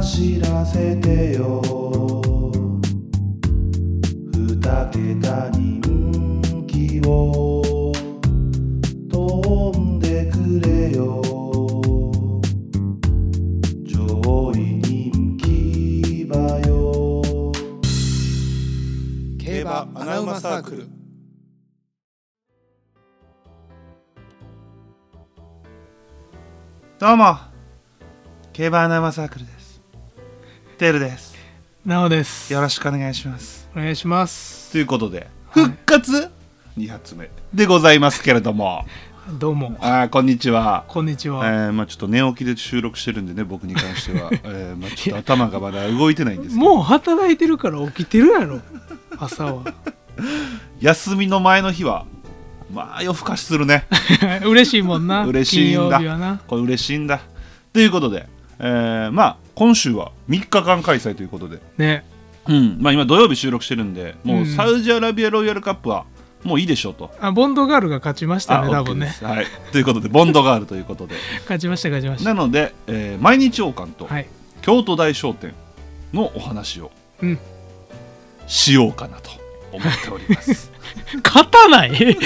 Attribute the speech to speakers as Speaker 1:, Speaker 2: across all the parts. Speaker 1: 走らせてよ二桁人気を飛んでくれよ上位人気馬よ
Speaker 2: 競馬アナウマサークル
Speaker 3: どうも競馬アナウンサークルですテルです
Speaker 2: なおです
Speaker 3: よろしくお願いします
Speaker 2: お願いします
Speaker 3: ということで復活2発目でございますけれども
Speaker 2: どうも
Speaker 3: あーこんにちは
Speaker 2: こんにち
Speaker 3: え
Speaker 2: は、
Speaker 3: ーまあ、ちょっと寝起きで収録してるんでね僕に関 しては、えーまあ、ちょっと頭がまだ動いてないんですけど
Speaker 2: もう働いてるから起きてるやろ朝は
Speaker 3: 休みの前の日はまあ夜更かしするね
Speaker 2: 嬉しいもんな
Speaker 3: 嬉しいん
Speaker 2: 金曜日は
Speaker 3: だ
Speaker 2: な
Speaker 3: これ嬉しいんだということで、えーまあ今週は3日間開催ということで
Speaker 2: ね
Speaker 3: うんまあ、今土曜日収録してるんでもううんサウジアラビアロイヤルカップはもういいでしょうと。
Speaker 2: あボンドガールが勝ちました
Speaker 3: あ
Speaker 2: ね多分
Speaker 3: OK で
Speaker 2: ね
Speaker 3: すはい、ということでボンドガールという ことで
Speaker 2: 勝ちました勝ちまし
Speaker 3: なので、えー毎日王冠と
Speaker 2: たはい
Speaker 3: 京都大商店のお話を
Speaker 2: うん
Speaker 3: しようかなと思っております。
Speaker 2: 勝たない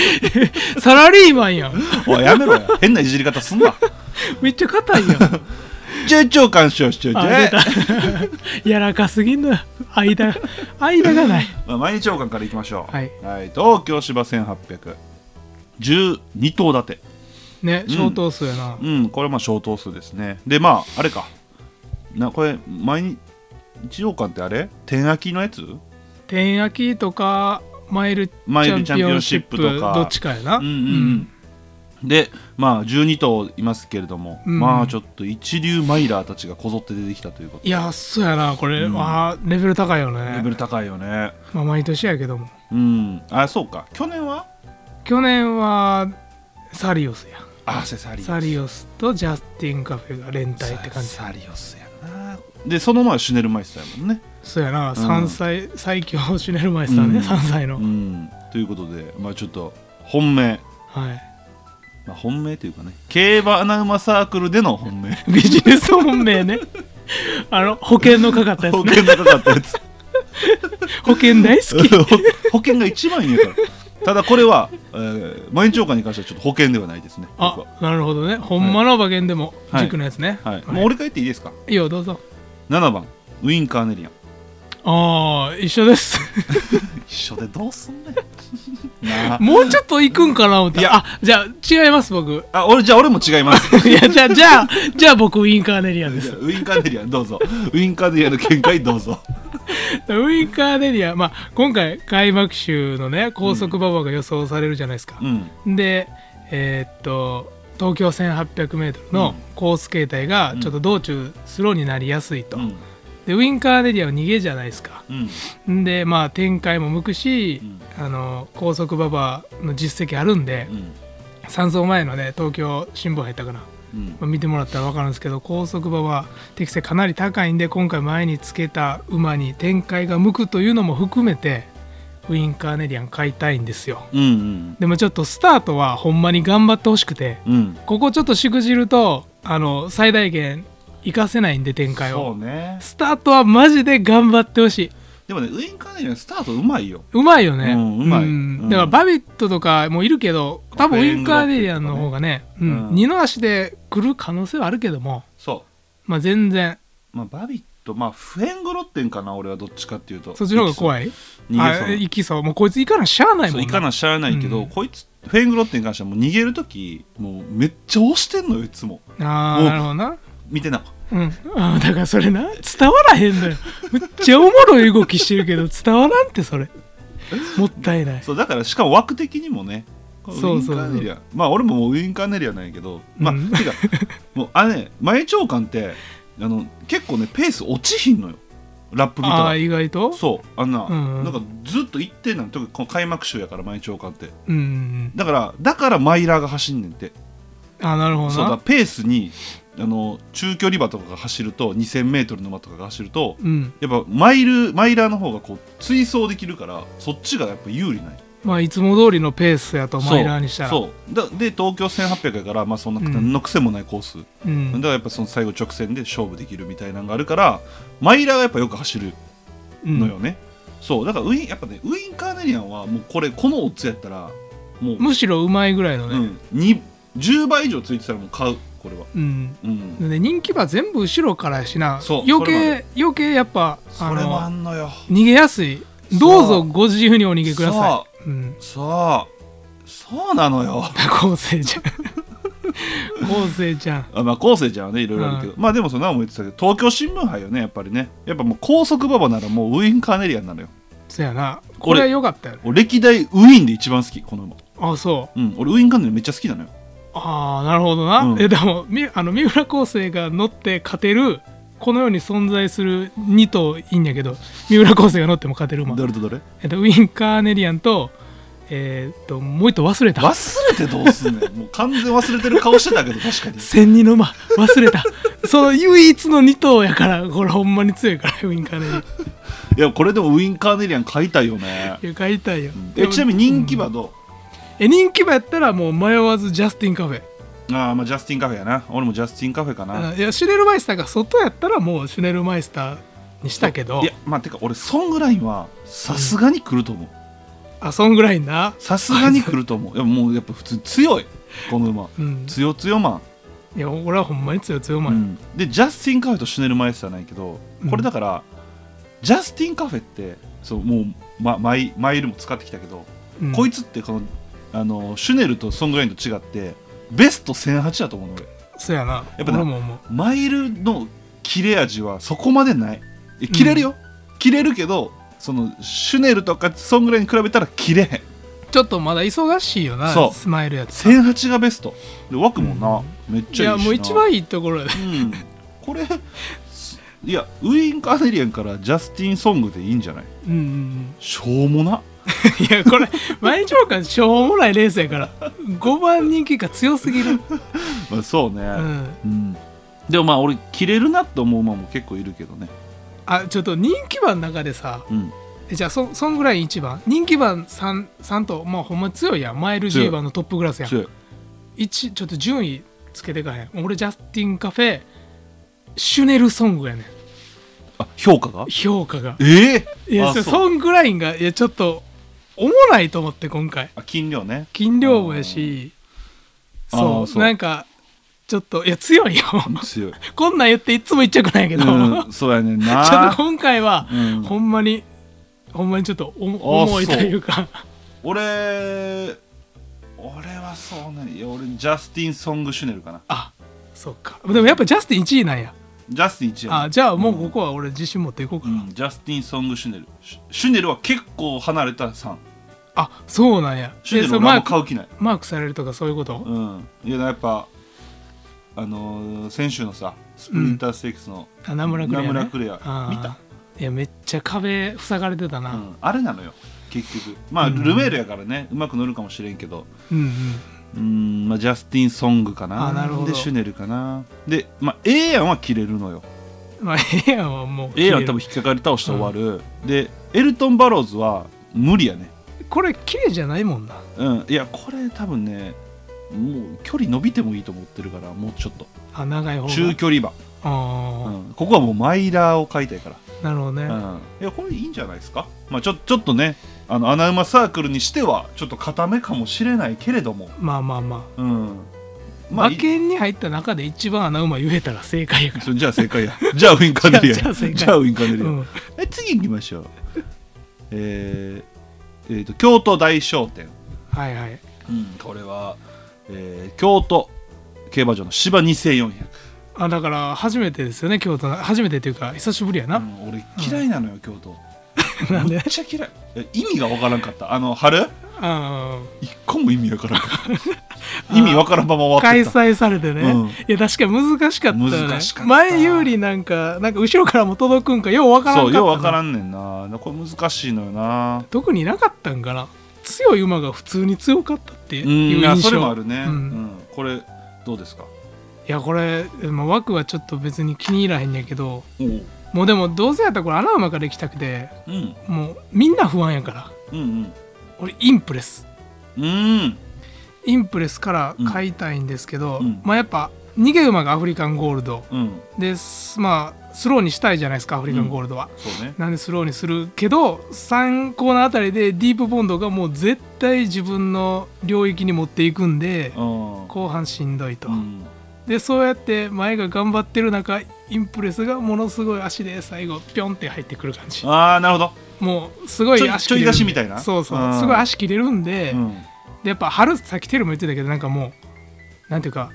Speaker 2: サラリーマンやん
Speaker 3: おいやめろよ変ないじり方すん な。
Speaker 2: めっちゃ 硬いやん
Speaker 3: 中長官賞主張
Speaker 2: あ出た 柔らかすぎんのよ間間がない
Speaker 3: まあ、毎日王冠からいきましょう、
Speaker 2: はい
Speaker 3: 東京芝1812頭立て
Speaker 2: ね小頭数やな、
Speaker 3: うん、これはまあ小頭数ですね。で、まあ、あれか。な、これ、毎日、一王冠ってあれ天空きのやつ
Speaker 2: 天焼きとかマイルチ
Speaker 3: マイルチ
Speaker 2: ャ
Speaker 3: ャン
Speaker 2: ン
Speaker 3: ピ
Speaker 2: ピオ
Speaker 3: オ
Speaker 2: ン
Speaker 3: ン
Speaker 2: シ
Speaker 3: シ
Speaker 2: ッ
Speaker 3: ップ
Speaker 2: プと
Speaker 3: と
Speaker 2: か
Speaker 3: か
Speaker 2: どっちかやな、
Speaker 3: うんうんうん。で、まあ、12頭いますけれども、
Speaker 2: うん
Speaker 3: まあ、ちょっと一流マイラーたちがこぞって出てきたということ
Speaker 2: いやそうやなこれ、
Speaker 3: うん
Speaker 2: あーレベル高いよ
Speaker 3: レベ
Speaker 2: ね
Speaker 3: ル高いよね。
Speaker 2: まあ、毎年やけども
Speaker 3: うん。あ、そうか。去年は
Speaker 2: 去年はサリオスや
Speaker 3: あ、セサリオス。
Speaker 2: サリオスとジャスティン・カフェが連帯って感じ
Speaker 3: ササリオスやな。で、その前はシュネルマイスターやもんね。
Speaker 2: そうやな3歳、最強シュネルマイスターね、
Speaker 3: うん
Speaker 2: 3歳の、
Speaker 3: うん。ということで、まあ、ちょっと、本命。
Speaker 2: はい
Speaker 3: まあ、本命というかね競馬アナウマサークルでの本命
Speaker 2: ビジネス本命ね あの保険のかかったやつ
Speaker 3: 保
Speaker 2: ね
Speaker 3: 険がかかったやつ
Speaker 2: 保険大好き
Speaker 3: ほ 保険が一番いいねからただこれは、えー、毎日王冠に関してはちょっと保険ではないですね僕は
Speaker 2: あなるほどねほんまの馬券でも
Speaker 3: はい
Speaker 2: 軸のやつね
Speaker 3: はい、もう折り返っていいですか
Speaker 2: いいよどうぞ
Speaker 3: 7番ウィン・カーネリアン
Speaker 2: ああ一緒です
Speaker 3: 一緒でどうすんねんなあ
Speaker 2: もうちょっと行くんかな思った
Speaker 3: いや
Speaker 2: あじゃあ違います僕
Speaker 3: あ俺じゃあ俺も違います
Speaker 2: いやじゃあじゃあじゃあ僕ウィンカーネリアンで
Speaker 3: じ
Speaker 2: す
Speaker 3: ゃあウィン・カーネリアンどうぞウィン・カーネリアンの見解どうぞ
Speaker 2: ウィンカーネリアンまあ今回開幕週のね高速馬場が予想されるじゃないですか
Speaker 3: う、ん
Speaker 2: でえーっと東京 1800m のコース形態がちょっと道中スローになりやすいと、
Speaker 3: うん
Speaker 2: でウィンカーネリアンは逃げじゃないですか
Speaker 3: うん
Speaker 2: でまあ展開も向くし、
Speaker 3: ん
Speaker 2: あの高速馬場の実績あるんで、
Speaker 3: うん
Speaker 2: 3走前のね東京新聞入ったかな、
Speaker 3: うん
Speaker 2: まあ見てもらったら分かるんですけど高速馬は適性かなり高いんで今回前につけた馬に展開が向くというのも含めてウィンカーネリアン買いたいんですよ
Speaker 3: うんうん
Speaker 2: でもちょっとスタートはほんまに頑張ってほしくて
Speaker 3: うん
Speaker 2: ここちょっとしくじるとあの最大限活かせないんで展開
Speaker 3: そ
Speaker 2: を
Speaker 3: うね
Speaker 2: スタートはマジで頑張ってほしい
Speaker 3: でもねウィン・カーネリアンスタートうまいよ
Speaker 2: うまいよね、
Speaker 3: うんうまいうん
Speaker 2: だからバビットとかもいるけど多分ウィンカーネリアンの方がね、う
Speaker 3: ね
Speaker 2: ん
Speaker 3: うん
Speaker 2: 二の足で来る可能性はあるけども、
Speaker 3: そう
Speaker 2: まあ、全然
Speaker 3: まあ、バビット、まあ、フェングロッテンかな、俺はどっちかっていうと。
Speaker 2: そっちの方が怖
Speaker 3: い。
Speaker 2: い
Speaker 3: 逃げそう
Speaker 2: あ行きそうもうこいつ行かなしゃあない
Speaker 3: そ
Speaker 2: も
Speaker 3: うんいかなしゃあないけど、
Speaker 2: うん
Speaker 3: こいつ、フェングロッテンに関してはもう逃げるとき、もうめっちゃ押してんのよ、いつも。
Speaker 2: あ
Speaker 3: も
Speaker 2: あ
Speaker 3: う
Speaker 2: なるほどな
Speaker 3: 見てな。
Speaker 2: うんあーだからそれな伝わらへんのよめっちゃおもろい動きしてるけど伝わらんってそれもったいない
Speaker 3: そう、だから、しかも枠的にもね、この
Speaker 2: そう
Speaker 3: ウィン
Speaker 2: そ
Speaker 3: カ
Speaker 2: うそ
Speaker 3: ー
Speaker 2: う
Speaker 3: ネリア。まあ、俺ももうウィンカーネリアなんやけど、まあ、
Speaker 2: うん
Speaker 3: てか、もう、あれね、前長官って、あの、結構ね、ペース落ちひんのよ。ラップ見た
Speaker 2: ああ
Speaker 3: ら。
Speaker 2: 意外と
Speaker 3: そう、あんな、
Speaker 2: うんうん
Speaker 3: なんかずっと一定なん、特にこの開幕週やから、前長官って。
Speaker 2: うんうん
Speaker 3: だから、だからマイラーが走んねんって。
Speaker 2: ああなるほ
Speaker 3: そう
Speaker 2: ど
Speaker 3: だ
Speaker 2: な
Speaker 3: ペースにあの中距離馬とかが走ると 2000m の馬とかが走ると
Speaker 2: うん
Speaker 3: やっぱマイルマイラーの方がこう追走できるからそっちがやっぱ有利ない
Speaker 2: まあいつも通りのペースやと
Speaker 4: そう
Speaker 2: マイラーにしたら
Speaker 4: そうだで東京1800やから、まあ、そんな
Speaker 2: うん
Speaker 4: 何の癖もないコース、
Speaker 2: う、
Speaker 4: だ
Speaker 2: ん、
Speaker 4: からやっぱその最後直線で勝負できるみたいなのがあるからマイラーがやっぱよく走るのよね、そうだからウィンやっぱねウィン・カーネリアンはもうこれこのオッズやったらもう、
Speaker 2: むしろうまいぐらいの
Speaker 4: う
Speaker 2: ね、
Speaker 4: ん、に10倍以上ついてたらもう買うこれは、
Speaker 2: うん
Speaker 4: うん、
Speaker 2: でね人気馬全部後ろからやしな
Speaker 4: そう
Speaker 2: 余
Speaker 4: それ
Speaker 2: 計余計やっぱ
Speaker 4: そ
Speaker 2: あ
Speaker 4: れもあ
Speaker 2: の
Speaker 4: んのよ
Speaker 2: 逃げやすい
Speaker 4: そう
Speaker 2: どうぞご自由にお逃げくださいうん、
Speaker 4: そうそうなのよ
Speaker 2: 昴生ちゃん 昴生ちゃん
Speaker 4: あまあ昴生ちゃんはねいろいろあるけど、まあでもそんなも言ってたけど東京新聞杯よねやっぱりねやっぱもう高速馬場ならもうウィン・カーネリアンなのよ
Speaker 2: そやなこ
Speaker 4: 俺
Speaker 2: れは良かったよね
Speaker 4: 俺歴代ウィンで一番好きこの馬
Speaker 2: あそう
Speaker 4: うん俺ウィン・カーネリアンめっちゃ好きなのよ
Speaker 2: ああなるほどな、
Speaker 4: うん
Speaker 2: えでもみあの三浦昴生が乗って勝てるこの世に存在する2頭いいんやけど三浦昴生が乗っても勝てる馬、
Speaker 4: どれとどれ
Speaker 2: えっと、ウィン・カーネリアンとえーっともう一頭忘れた
Speaker 4: 忘れてどうすんねんもう完全忘れてる顔してたけど確かに
Speaker 2: 千二の馬忘れた その唯一の2頭やからこれほんまに強いからウィン・カーネリアン
Speaker 4: いやこれでもウィン・カーネリアン買いたいよね
Speaker 2: いや買いたいよ
Speaker 4: えちなみに人気馬ど
Speaker 2: え人気馬やったらもう迷わずジャスティン・カフ
Speaker 4: う、
Speaker 2: ェ
Speaker 4: ああまあジャスティン・カフェやな俺もジャスティン・カフェかな、
Speaker 2: あいやシュネルマイスターが外やったらもうシュネルマイスターにしたけど
Speaker 4: いやまあてか俺ソングラインはさすがに来ると思う
Speaker 2: あそんぐらいな
Speaker 4: さすがに来ると思ういやもうやっぱ普通に強いこの馬
Speaker 2: うん
Speaker 4: 強強マン、
Speaker 2: いや俺はほんまに強い強い馬
Speaker 4: う
Speaker 2: や
Speaker 4: んでジャスティン・カフェとシュネル・マイスターないけどこれだから、ジャスティン・カフェってそうもう、ま、マイマイルも使ってきたけど、
Speaker 2: うん
Speaker 4: こいつってこのあのシュネルとソングラインと違ってベスト1008だと思うの俺
Speaker 2: そうやな
Speaker 4: やっぱな
Speaker 2: 俺も思う
Speaker 4: マイルの切れ味はそこまでないえ切れるよ、切れるけどそのシュネルとかソングラインに比べたら切れへん
Speaker 2: ちょっとまだ忙しいよな
Speaker 4: そう
Speaker 2: スマイルやつ
Speaker 4: 1008がベストで枠もな、めっ
Speaker 2: い
Speaker 4: ちゃいいしな
Speaker 2: やもう一番いいところやで
Speaker 4: うんこれすいやウィン・カーネリアンからジャスティン・ソングでいいんじゃない
Speaker 2: うんうん うん
Speaker 4: しょうもない
Speaker 2: やこれ毎日王冠しょうもないレースやから5番人気が強すぎる
Speaker 4: まあそう
Speaker 2: う
Speaker 4: ね、
Speaker 2: ん
Speaker 4: うんでもまあ俺切れるなって思う馬も結構いるけどね
Speaker 2: あちょっと人気番の中でさ
Speaker 4: うん
Speaker 2: えじゃあそそんぐらい1番人気番 3, 3とまあほんま強いやんマイル
Speaker 4: 強い
Speaker 2: G 番のトップクラスやん
Speaker 4: 強い
Speaker 2: 一ちょっと順位つけてかへん俺ジャスティンカフェシュネルソングやねん
Speaker 4: あ評価が
Speaker 2: 評価が
Speaker 4: ええ
Speaker 2: いや
Speaker 4: あ
Speaker 2: そ
Speaker 4: そう
Speaker 2: ソングラインがいやちょっとおもないと思って今回
Speaker 4: あ金量ね
Speaker 2: 金量もやし
Speaker 4: あー
Speaker 2: そ
Speaker 4: あ
Speaker 2: う
Speaker 4: ーそう
Speaker 2: なんかちょっといや 強いよ
Speaker 4: 強い
Speaker 2: こんなん言っていつも言っちゃくないけど、
Speaker 4: うん
Speaker 2: ち
Speaker 4: そうやねん
Speaker 2: ょ
Speaker 4: な
Speaker 2: っと今回は、
Speaker 4: うん
Speaker 2: ほんまにほんまにちょっとお重いと
Speaker 4: そう
Speaker 2: いうか
Speaker 4: 俺俺はそうねいや俺ジャスティン・ソング・シュネルかな
Speaker 2: あそっかでもやっぱジャスティン1位なんや
Speaker 4: ジャスティン1や
Speaker 2: あじゃあもうここは俺自信持っていこうか
Speaker 4: う
Speaker 2: な、
Speaker 4: んジャスティン・ソング・シュネルシュシュネルは結構離れた3
Speaker 2: あそうなんや
Speaker 4: シュネ
Speaker 2: そ
Speaker 4: ル
Speaker 2: う
Speaker 4: 俺
Speaker 2: マ
Speaker 4: あん
Speaker 2: ー
Speaker 4: ま買
Speaker 2: ク
Speaker 4: う気ない
Speaker 2: マークされるとかそういうこと、
Speaker 4: うんいややっぱあのー、先週のさスプリンターステークスの、
Speaker 2: あナムラクレア、ね、
Speaker 4: ナムラクレア
Speaker 2: あー
Speaker 4: 見た
Speaker 2: いやめっちゃ壁塞がれてた
Speaker 4: う
Speaker 2: な、
Speaker 4: んあれなのよ結局まあ、
Speaker 2: うん
Speaker 4: ルメールやからねうまく乗るかもしれんけど
Speaker 2: うんうん
Speaker 4: うん、まあ、ジャスティン・ソングかな
Speaker 2: あなるほど
Speaker 4: でシュネルかなで、まあ、A 案は切れるのよ
Speaker 2: まあエアはもう
Speaker 4: A 案多分引っかかり倒して終わる、でエルトン・バローズは無理やね
Speaker 2: これ綺麗じゃないもんな
Speaker 4: うんいやこれ多分ねもう距離伸びてもいいと思ってるからもうちょっと
Speaker 2: あ長い方が
Speaker 4: 中距離馬、
Speaker 2: あ
Speaker 4: うんここはもうマイラーを買いたいから
Speaker 2: あなるほどね、
Speaker 4: うんいやこれいいんじゃないですか、まあ、ちょちょっとねあの穴馬サークルにしてはちょっと固めかもしれないけれども、
Speaker 2: まあまあま
Speaker 4: うん
Speaker 2: あ、
Speaker 4: まあ、
Speaker 2: 馬券に入った中で一番穴馬言えたら正解やから
Speaker 4: それじゃあ正解やじゃあウィンカネリア
Speaker 2: じゃあ
Speaker 4: や
Speaker 2: じゃあ正解
Speaker 4: じゃあウィンカネリア、
Speaker 2: うん
Speaker 4: え次行きましょうえー、えーと京都大商店、
Speaker 2: はいはい
Speaker 4: これは、えー京都競馬場の芝2400、
Speaker 2: あだから初めてですよね京都の初めてというか久しぶりや
Speaker 4: う
Speaker 2: な、
Speaker 4: ん俺嫌いなのよ、京都
Speaker 2: なん
Speaker 4: め
Speaker 2: で
Speaker 4: っちゃ嫌いえ意味がわからんかったあの春
Speaker 2: あ
Speaker 4: 一個も意味わからんかった意味わからんまま
Speaker 2: ー
Speaker 4: 終わって
Speaker 2: 開
Speaker 4: た
Speaker 2: 催されてね、
Speaker 4: うん
Speaker 2: いや確かに難しかったよね
Speaker 4: 難しかった
Speaker 2: 前有利なんかなんか後ろからも届くんかようわからんか
Speaker 4: そ
Speaker 2: った
Speaker 4: うよ
Speaker 2: な
Speaker 4: うわからんねんなこれ難しいのよな
Speaker 2: 特になかったんかな強い馬が普通に強かったっていう
Speaker 4: うんい
Speaker 2: 印象
Speaker 4: やそれもあるね、
Speaker 2: う
Speaker 4: うんんこれどうですか
Speaker 2: いやこれ、まあ、枠はちょっと別に気に入らへんやけど
Speaker 4: おう、
Speaker 2: もうでもどうせやったらこれ穴馬から行きたくて
Speaker 4: うん、
Speaker 2: もうみんな不安やから
Speaker 4: うんうん
Speaker 2: 俺インプレス
Speaker 4: うん
Speaker 2: インプレスから買いたいんですけど、
Speaker 4: うんうん
Speaker 2: まあやっぱ逃げ馬がアフリカンゴールド
Speaker 4: うん
Speaker 2: ですまあスローにしたいじゃないですかアフリカンゴールドは、
Speaker 4: そうね
Speaker 2: なんでスローにするけど3コーナーあたりでディープボンドがもう絶対自分の領域に持っていくんで
Speaker 4: うん
Speaker 2: 後半しんどいと、
Speaker 4: うん
Speaker 2: でそうやって前が頑張ってる中インプレスがものすごい足で最後ピョンって入ってくる感じ
Speaker 4: ああなるほど
Speaker 2: もうすごい
Speaker 4: ちょい
Speaker 2: 足切れるんで
Speaker 4: ちょい出しみたいな
Speaker 2: そうそううんすごい足切れるんで,、
Speaker 4: うん
Speaker 2: でやっぱ春さっきテルも言ってたけどなんかもうなんていうか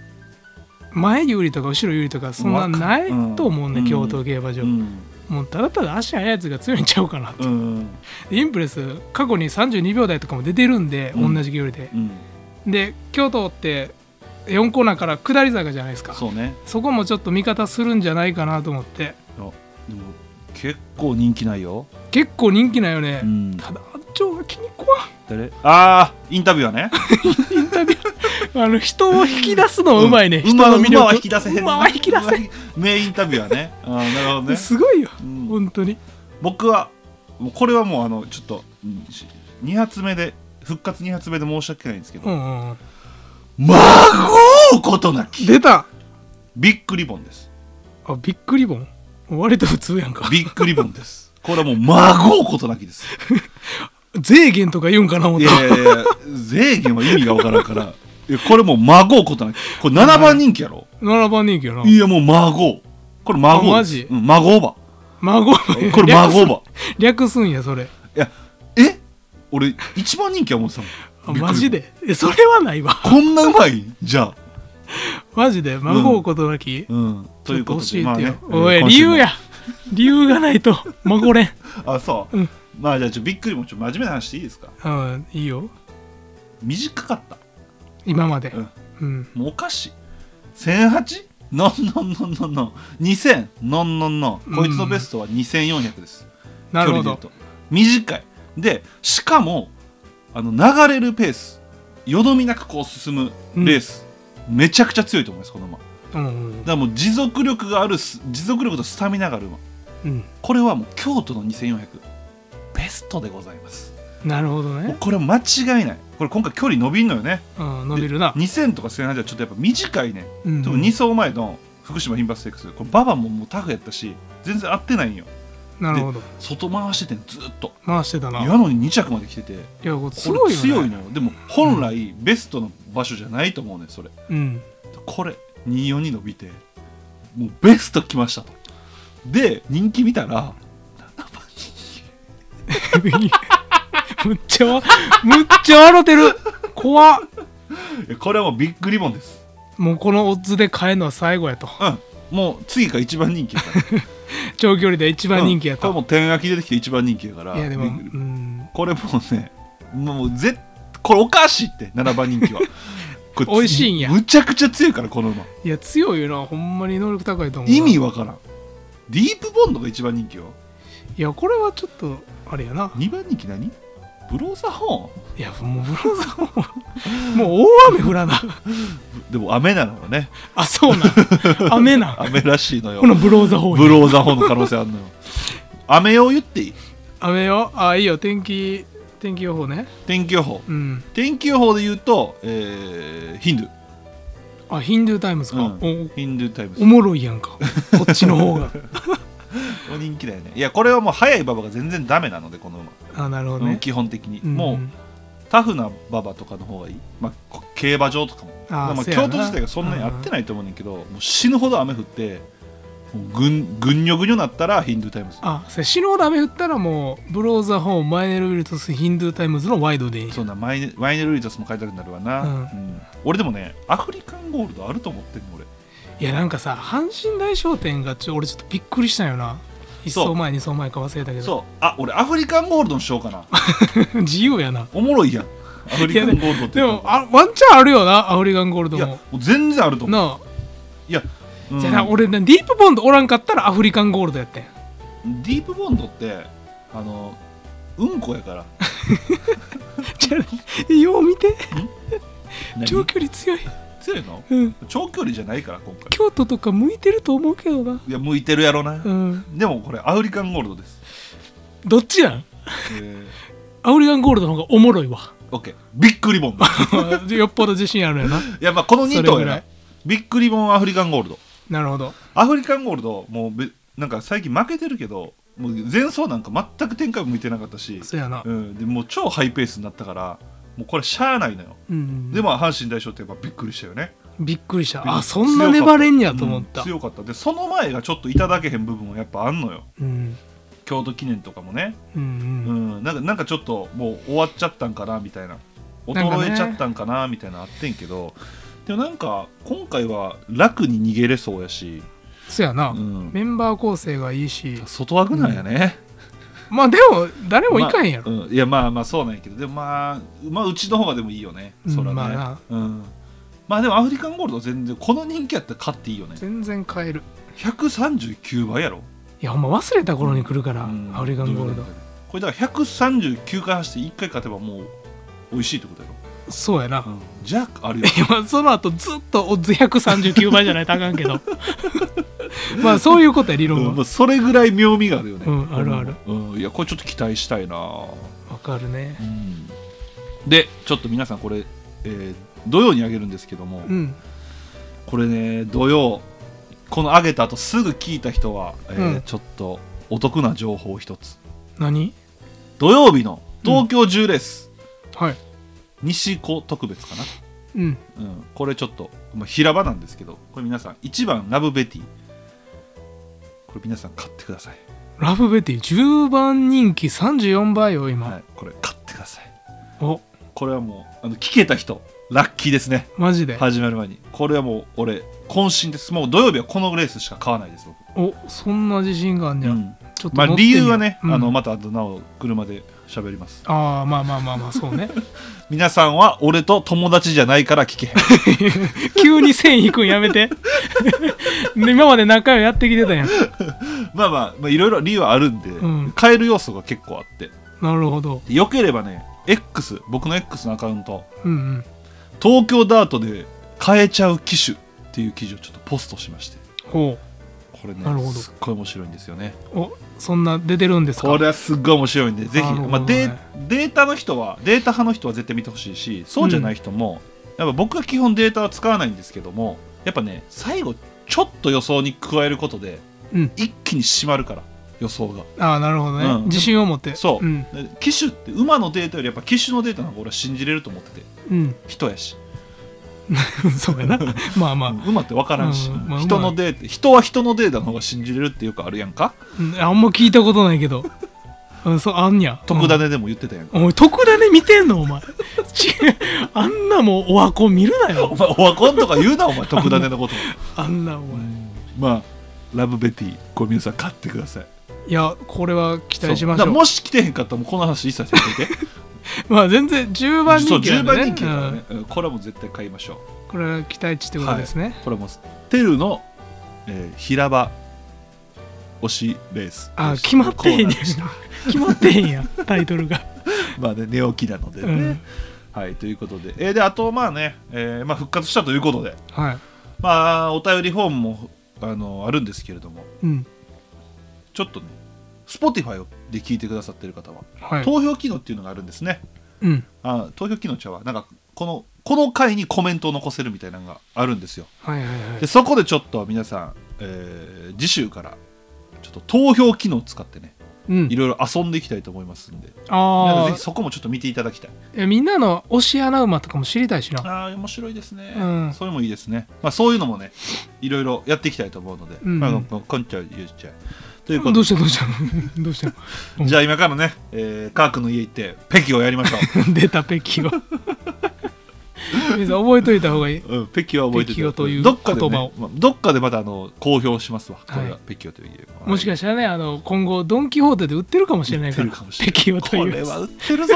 Speaker 2: 前有利とか後ろ有利とかそんなないと思うんで、
Speaker 4: うん
Speaker 2: 京都競馬場、
Speaker 4: うん
Speaker 2: もうただただ足速いやつが強いんちゃうかなって、
Speaker 4: うん
Speaker 2: インプレス過去に32秒台とかも出てるんで、
Speaker 4: うん
Speaker 2: 同じ距離で
Speaker 4: うん
Speaker 2: で京都って4コーナーから下り坂じゃないですか
Speaker 4: そうね
Speaker 2: そこもちょっと味方するんじゃないかなと思って
Speaker 4: いやでも結構人気ないよ
Speaker 2: 結構人気なんよね、
Speaker 4: うん
Speaker 2: ただあっちょが気に食わ
Speaker 4: 誰ああインタビューはね
Speaker 2: んインタビュー あの人を引き出す のはうまいね、人
Speaker 4: 馬
Speaker 2: の
Speaker 4: の
Speaker 2: 魅力
Speaker 4: 馬は引き出せへん
Speaker 2: 馬は引き出せへん
Speaker 4: 名インタビューはねあーなるほどね
Speaker 2: すごいよ、
Speaker 4: うん
Speaker 2: 本当に
Speaker 4: 僕はもうこれはもうあのちょっと2発目で復活2発目で申し訳ないんですけど、
Speaker 2: うんうんうん
Speaker 4: まごうことなき
Speaker 2: 出た
Speaker 4: ビッグリボンです
Speaker 2: あビッグリボン割と普通やんか
Speaker 4: ビッグリボンですこれはもうまごうことなきです
Speaker 2: 税源とか言うんかな思っ
Speaker 4: い
Speaker 2: た
Speaker 4: やいやいや税源は意味がわからん からいやこれもうまごうことなきこれ7番人気やろ、
Speaker 2: 7番人気よない
Speaker 4: やもうまごうこれまごうです
Speaker 2: あマジ
Speaker 4: うん、まごうば
Speaker 2: 孫
Speaker 4: これまごうば
Speaker 2: 略すんやそれ
Speaker 4: いやえ俺一番人気や思ってた
Speaker 2: あ
Speaker 4: もん
Speaker 2: マジ
Speaker 4: で
Speaker 2: でえそれはないわ
Speaker 4: こんなうまいじゃあ
Speaker 2: マジで孫うことなき、
Speaker 4: うん、と い
Speaker 2: ちょ
Speaker 4: う
Speaker 2: っと
Speaker 4: こ
Speaker 2: 教
Speaker 4: と
Speaker 2: えて
Speaker 4: で、
Speaker 2: よ、
Speaker 4: まあね、
Speaker 2: おい
Speaker 4: 今
Speaker 2: 理
Speaker 4: 週も
Speaker 2: 由や。 理由がないと 孫れん
Speaker 4: あ、そう。
Speaker 2: うん
Speaker 4: まあじゃあちょ、びっくりもちょ、真面目な話でいいですか
Speaker 2: うんいいよ
Speaker 4: 短かった。
Speaker 2: 今まで
Speaker 4: うん
Speaker 2: うん
Speaker 4: もうおかしい。1008? ノンノンノンノンノン。2000? ノンノンノン。こいつのベストは2400です。
Speaker 2: なるほ
Speaker 4: 距離
Speaker 2: ど
Speaker 4: で言うと。短い。で、しかも、あの流れるペース、よどみなくこう進むレース、めちゃくちゃ強いと思います、この馬。だか
Speaker 2: うんうん
Speaker 4: らもう持続力があるす、持続力とスタミナがある馬。
Speaker 2: うん
Speaker 4: これはもう京都の2400ベストでございます
Speaker 2: なるほど
Speaker 4: もう
Speaker 2: ね、
Speaker 4: これは間違いないこれ今回距離伸びんのよね
Speaker 2: うん、伸びるな、
Speaker 4: 2000とか1008はちょっとやっぱ短いね
Speaker 2: うん、
Speaker 4: 多分2走前の福島ヒンバステークスこれババももうタフやったし全然合ってないんよ
Speaker 2: なるほど
Speaker 4: 外回しててんずっと
Speaker 2: 回してたな
Speaker 4: や
Speaker 2: いや
Speaker 4: のに2着まで来てて
Speaker 2: これす
Speaker 4: こ
Speaker 2: ごい
Speaker 4: れ
Speaker 2: よ、ね、
Speaker 4: 強いのよでも本来ベストの場所じゃないと思うねそれ
Speaker 2: うん
Speaker 4: これ24に伸びてもうベスト来ましたとで人気見たら
Speaker 2: むっちゃわむっちゃ笑てる怖っ
Speaker 4: えこれはもうビッグリボンです
Speaker 2: もうこのオッズで買えるのは最後やと
Speaker 4: うん、もう次が 一番人気やから。
Speaker 2: 長距離で一番人気や
Speaker 4: うんこれも
Speaker 2: と、
Speaker 4: う点焼き出てきて一番人気やから。
Speaker 2: いやでもう
Speaker 4: びっくり
Speaker 2: ん
Speaker 4: これもうね、もうぜこれおかしいって、7番人気は。 これ
Speaker 2: 美味しいんや
Speaker 4: むちゃくちゃ強いから、この馬。
Speaker 2: いや強いよなほんまに能力高いと思うな
Speaker 4: 意味わからん。ディープボンドが一番人気よ。
Speaker 2: いやこれはちょっとあれやな
Speaker 4: 2番人気何ブローザホ
Speaker 2: いやもうブロンさんはもう大雨降らな
Speaker 4: ー ンでも雨なのよね。
Speaker 2: あそうなん 雨なん
Speaker 4: 雨らしいのよ
Speaker 2: こ。のブローザホー
Speaker 4: ブ
Speaker 2: ル
Speaker 4: ローザホーンの可能性あ るのよ。雨を言っていい
Speaker 2: 雨よあいいよ天気天気予報ね
Speaker 4: 天気予報。
Speaker 2: うん
Speaker 4: 天気予報で言うと、えー、ヒンドゥ。
Speaker 2: あヒンドゥータイムズか、
Speaker 4: うんヒンドゥータイムス
Speaker 2: おお。もろいやんかこっちの方が
Speaker 4: これ人気だよねいやこれはもう速い馬場が全然ダメなのでこの馬、
Speaker 2: あなるほど
Speaker 4: うん
Speaker 2: ね、
Speaker 4: 基本的に、
Speaker 2: ん
Speaker 4: もうタフな馬場とかの方がいい、まあ、こ競馬場とかも
Speaker 2: あー
Speaker 4: まあ、
Speaker 2: せやな
Speaker 4: 京都自体がそんなに合ってないと思うねんけど、もう死ぬほど雨降ってもうぐんぐんにょぐにょなったらヒンドゥータイムズ
Speaker 2: あせ死のダメ振ったらもうブローザホーンマイネル・ウィルトスヒンドゥータイムズのワイドでいい
Speaker 4: そんなマイネワイネル・リーザスも書いてあるんだろうな、
Speaker 2: うん
Speaker 4: うん俺でもねアフリカンゴールドあると思ってんの俺
Speaker 2: いやなんかさ阪神大商店がちょ俺ちょっとびっくりしたよな1
Speaker 4: そう
Speaker 2: 層前2層前か忘れたけど
Speaker 4: そうあ俺アフリカンゴールドにしようかな
Speaker 2: 自由やな
Speaker 4: おもろ いやんアフリカンゴールドって
Speaker 2: でもあワンチャンあるよなアフリカンゴールド
Speaker 4: いや
Speaker 2: も
Speaker 4: もう全然あると思う
Speaker 2: ない
Speaker 4: や、う
Speaker 2: あ
Speaker 4: ん
Speaker 2: じゃあな俺なディープボンドおらんかったらアフリカンゴールドやってん
Speaker 4: ディープボンドってあのうんこや から
Speaker 2: じゃあよう見て長
Speaker 4: 長
Speaker 2: 距離強い、
Speaker 4: 強いの
Speaker 2: うん、
Speaker 4: 長距離じゃないから今回
Speaker 2: 京都とか向いてると思うけどない
Speaker 4: や向いてるやろな、
Speaker 2: うん
Speaker 4: でもこれアフリカンゴールドです、
Speaker 2: どっちなん
Speaker 4: えー
Speaker 2: アフリカンゴールドの方がおもろいわ
Speaker 4: オッケービッグリボンだ
Speaker 2: よっぽど自信あるよない
Speaker 4: やまあこの2
Speaker 2: それ
Speaker 4: 頭
Speaker 2: ぐ
Speaker 4: や
Speaker 2: ら
Speaker 4: ないビッグリボンアフリカンゴールド
Speaker 2: なるほど
Speaker 4: アフリカンゴールドもうべなんか最近負けてるけどもう前走なんか全く展開も向いてなかったし、
Speaker 2: そうやな
Speaker 4: うん、でもう超ハイペースになったからもうこれしゃあないのよ
Speaker 2: うん
Speaker 4: でまあ阪神大賞ってやっぱびっくりしたよね
Speaker 2: びっくりしたあそんな粘れんやと思った
Speaker 4: 強かった,うん、強かったでその前がちょっといただけへん部分もやっぱあんのよ
Speaker 2: うん
Speaker 4: 京都記念とかもね、
Speaker 2: うんう
Speaker 4: うんんなんかなんかちょっともう終わっちゃったんかなみたいな
Speaker 2: なんかね
Speaker 4: 衰えちゃったんかなみたいなのあってんけどでもなんか今回は楽に逃げれそうやし、
Speaker 2: そうやな
Speaker 4: うん、
Speaker 2: メンバー構成がいいし
Speaker 4: 外枠なんやね、
Speaker 2: まあでも誰もいかんやろ
Speaker 4: まあうんいやまあまあそうなんやけどでもまあ、まあ、うちの方がでもいいよね
Speaker 2: うん
Speaker 4: そらね、
Speaker 2: まあな
Speaker 4: うんまあでもアフリカンゴールド全然この人気やったら勝っていいよね
Speaker 2: 全然変える
Speaker 4: 139倍やろ
Speaker 2: いやほんま忘れた頃に来るから
Speaker 4: うん
Speaker 2: アフリカンゴール
Speaker 4: ど
Speaker 2: ド
Speaker 4: ういうことやねこれだから139回走って1回勝てばもう美味しいってことや
Speaker 2: そうやな
Speaker 4: ろ、じゃあある よ
Speaker 2: 今その後ずっとオッズ139倍じゃないとあかんけど まあそういうことや理
Speaker 4: うん
Speaker 2: 論
Speaker 4: ま
Speaker 2: は
Speaker 4: あそれぐらい妙味があるよね、
Speaker 2: うんあるある、
Speaker 4: うん、いやこれちょっと期待したいな、
Speaker 2: わかるね
Speaker 4: うんでちょっと皆さんこれ、えー土曜にあげるんですけども、
Speaker 2: うん
Speaker 4: これね土曜この上げた後すぐ聞いた人は、えー
Speaker 2: うん
Speaker 4: ちょっとお得な情報を一つ
Speaker 2: 何
Speaker 4: 土曜日の東京10レース、
Speaker 2: はい
Speaker 4: 西高特別か
Speaker 2: うん
Speaker 4: な、うん、これちょっと、まあ、平場なんですけどこれ皆さん1番ラブベティこれ皆さん買ってください、
Speaker 2: ラブベティ10番人気34倍よ今、
Speaker 4: はい、これ買ってください
Speaker 2: お
Speaker 4: これはもうあの聞けた人ラッキーですね
Speaker 2: マジで、
Speaker 4: 始まる前にこれはもう俺渾身ですもう土曜日はこのレースしか買わないです僕
Speaker 2: おそんな自信があんねや、
Speaker 4: うん
Speaker 2: ちょっと
Speaker 4: まあ、
Speaker 2: 乗って
Speaker 4: 理
Speaker 2: みよう
Speaker 4: 由はね、
Speaker 2: うん
Speaker 4: あのまたあとなお車で喋ります
Speaker 2: ああまあまあまあま あそうね
Speaker 4: 皆さんは俺と友達じゃないから聞 けへん
Speaker 2: 急に線引くんやめて で今まで仲良いやってきてたやん
Speaker 4: まあまあまあいろいろ理由はあるんで、
Speaker 2: ん
Speaker 4: 変える要素が結構あって
Speaker 2: なるほど
Speaker 4: よければね X 僕の X のアカウント
Speaker 2: うんうん
Speaker 4: 東京ダートで変えちゃう機種っていう記事をちょっとポストしまして
Speaker 2: ほ
Speaker 4: これね
Speaker 2: なるほど
Speaker 4: すっごい面白いんですよね
Speaker 2: うおそんな出てるんですか
Speaker 4: これはすっごい面白いんでぜひ、
Speaker 2: なるほど
Speaker 4: ま
Speaker 2: ね
Speaker 4: あ、デデータの人はデータ派の人は絶対見てほしいしそうじゃない人も、やっぱ僕は基本データは使わないんですけどもやっぱね最後ちょっと予想に加えることで
Speaker 2: うん
Speaker 4: 一気に締まるから予想が
Speaker 2: ああなるほどね、
Speaker 4: うん
Speaker 2: 自信を持って
Speaker 4: そう、
Speaker 2: うん、
Speaker 4: で機種って馬のデータよりやっぱ機種のデータの方が俺は信じれると思ってて
Speaker 2: うん、
Speaker 4: 人やし、
Speaker 2: そうやなまあまあ、
Speaker 4: 馬って分からんし、
Speaker 2: うんまあ
Speaker 4: 人のデータ人は人のデータの方が信じれるってよくあるやんか
Speaker 2: うんあんま聞いたことないけど、うん、そうあんにゃ
Speaker 4: 特ダネでも言ってたやんか、
Speaker 2: お前特ダネ見てんのお前ちあんなもんオワコン見るなよ
Speaker 4: お前オワコンとか言うなお前特ダネの こと
Speaker 2: あんなお前
Speaker 4: まあラブベティこれ皆さん買ってください
Speaker 2: いやこれは期待しま
Speaker 4: そうだ
Speaker 2: し
Speaker 4: か
Speaker 2: ょ
Speaker 4: ら
Speaker 2: う
Speaker 4: もし来てへんかったらもうこの話一切せんといて
Speaker 2: まあ全然10番
Speaker 4: そう
Speaker 2: 人気な
Speaker 4: 10
Speaker 2: んで、ね、
Speaker 4: 倍人気だから
Speaker 2: う
Speaker 4: ね、うんこれはもう絶対買いましょ
Speaker 2: んこれは期待値って
Speaker 4: う
Speaker 2: ことですね、
Speaker 4: はい、これはもうテルの、えー平場推しレース
Speaker 2: あ決まってへんねん決まってへんやタイトルが
Speaker 4: まあね寝起きなのでね、
Speaker 2: うん
Speaker 4: はいということで、えーであとまあね、えーまあ、復活したということで
Speaker 2: はい
Speaker 4: まあお便りフォームもあのあるんですけれども
Speaker 2: うん
Speaker 4: ちょっとね Spotify で聞いてくださってる方は、
Speaker 2: はい
Speaker 4: 投票機能っていうのがあるんですね
Speaker 2: うん
Speaker 4: あ投票機能ちゃうわなんかこのこの回にコメントを残せるみたいなのがあるんですよ
Speaker 2: はいはいは
Speaker 4: で
Speaker 2: い
Speaker 4: そこでちょっと皆さん、えー次週からちょっと投票機能を使ってね
Speaker 2: うん
Speaker 4: いろいろ遊んでいきたいと思いますんで皆さん
Speaker 2: あ
Speaker 4: ぜひそこもちょっと見ていただきたい
Speaker 2: あいやみんなの推し穴馬とかも知りたいしな
Speaker 4: あー面白いですね、
Speaker 2: うん
Speaker 4: それもいいですね、まあ、そういうのもねいろいろやっていきたいと思うので、
Speaker 2: うん
Speaker 4: まあ、ここんちゃんゆうちゃんということで
Speaker 2: どうしたどうした どうしたうん
Speaker 4: じゃあ今からね、えー、カークの家行って北京をやりま しょ、
Speaker 2: 出た北京を皆さん覚えといた方がいいう
Speaker 4: うん、北京は覚えて
Speaker 2: 北京という
Speaker 4: どっかで、
Speaker 2: 言葉
Speaker 4: ね
Speaker 2: を
Speaker 4: まあ、どっかでまたあの公表しますわこれは、
Speaker 2: はい
Speaker 4: 北京という家
Speaker 2: もしか
Speaker 4: し
Speaker 2: したらねあの今後ドン・キホーテで売ってるかもしれないから
Speaker 4: かもしれな
Speaker 2: 北京をとい
Speaker 4: こ
Speaker 2: う
Speaker 4: れは売って るぞ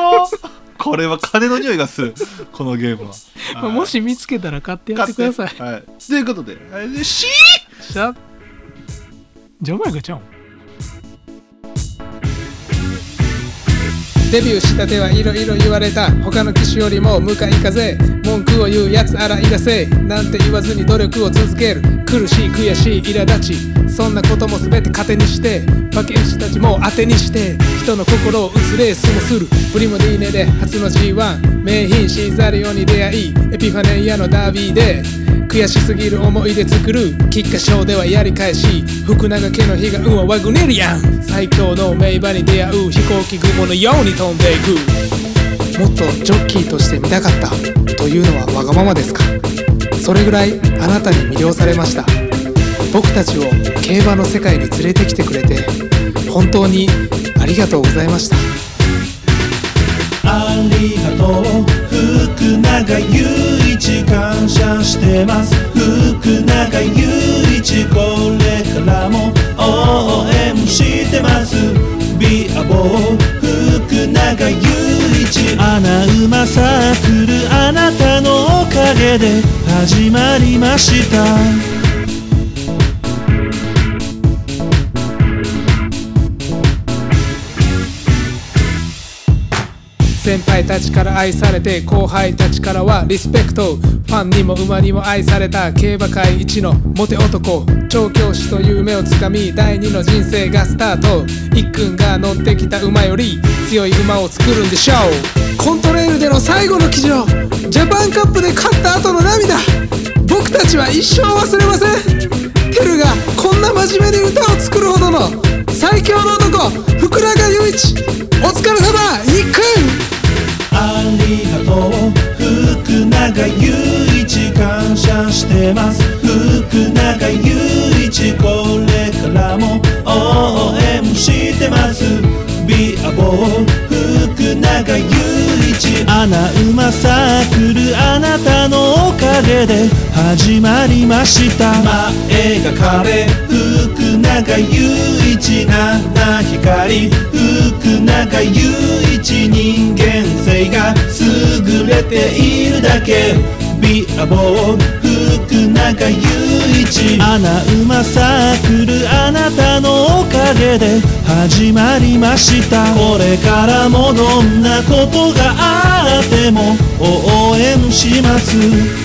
Speaker 4: これは金の匂いがするこのゲームは、
Speaker 2: まあもし見つけたら買ってやってください
Speaker 4: 買ってはい、ということであれでシー
Speaker 2: じゃあジャマイカちゃうんデビューしたてはいろいろ言われた他の機種よりも向かい風もう文句を言うやつ洗い出せなんて言わずに努力を続ける苦しい悔しい苛立ちそんなことも全て糧にして馬券師たちも当てにして人の心を打つレースもするプリモディーネで初の G1 名品シーザリオに出会いエピファネイアのダービーで悔しすぎる思い出作る菊花賞ではやり返し福永家の悲願はワグネリアン最強の名馬に出会う飛行機雲のように飛んでいくもっとジョッキーとして見たかったというのはわがままですかそれぐらいあなたに魅了されました僕たちを競馬の世界に連れてきてくれて本当にありがとうございました
Speaker 3: ありがとう福永祐一感謝してます福永祐一これからも応援してますビアボー福永祐一穴馬サークルあなたのおかげで始まりました
Speaker 2: 先輩たちから愛されて後輩たちからはリスペクトファンにも馬にも愛された競馬界一のモテ男調教師という夢をつかみ第二の人生がスタート一君が乗ってきた馬より強い馬を作るんでしょうコントレールでの最後の騎乗ジャパンカップで勝った後の涙僕たちは一生忘れませんテルがこんな真面目に歌を作るほどの最強の男福永雄一お疲れ様一君
Speaker 3: ありがとう福永祐一感謝してます福永祐一これからも応援してますビアボー福永祐一穴馬サークルあなたのおかげで始まりました前が壁福永祐一七光福永祐一人間性が優れているだけビアボー福永祐一穴馬サークルあなたのおかげで始まりましたこれからもどんなことがあっても応援します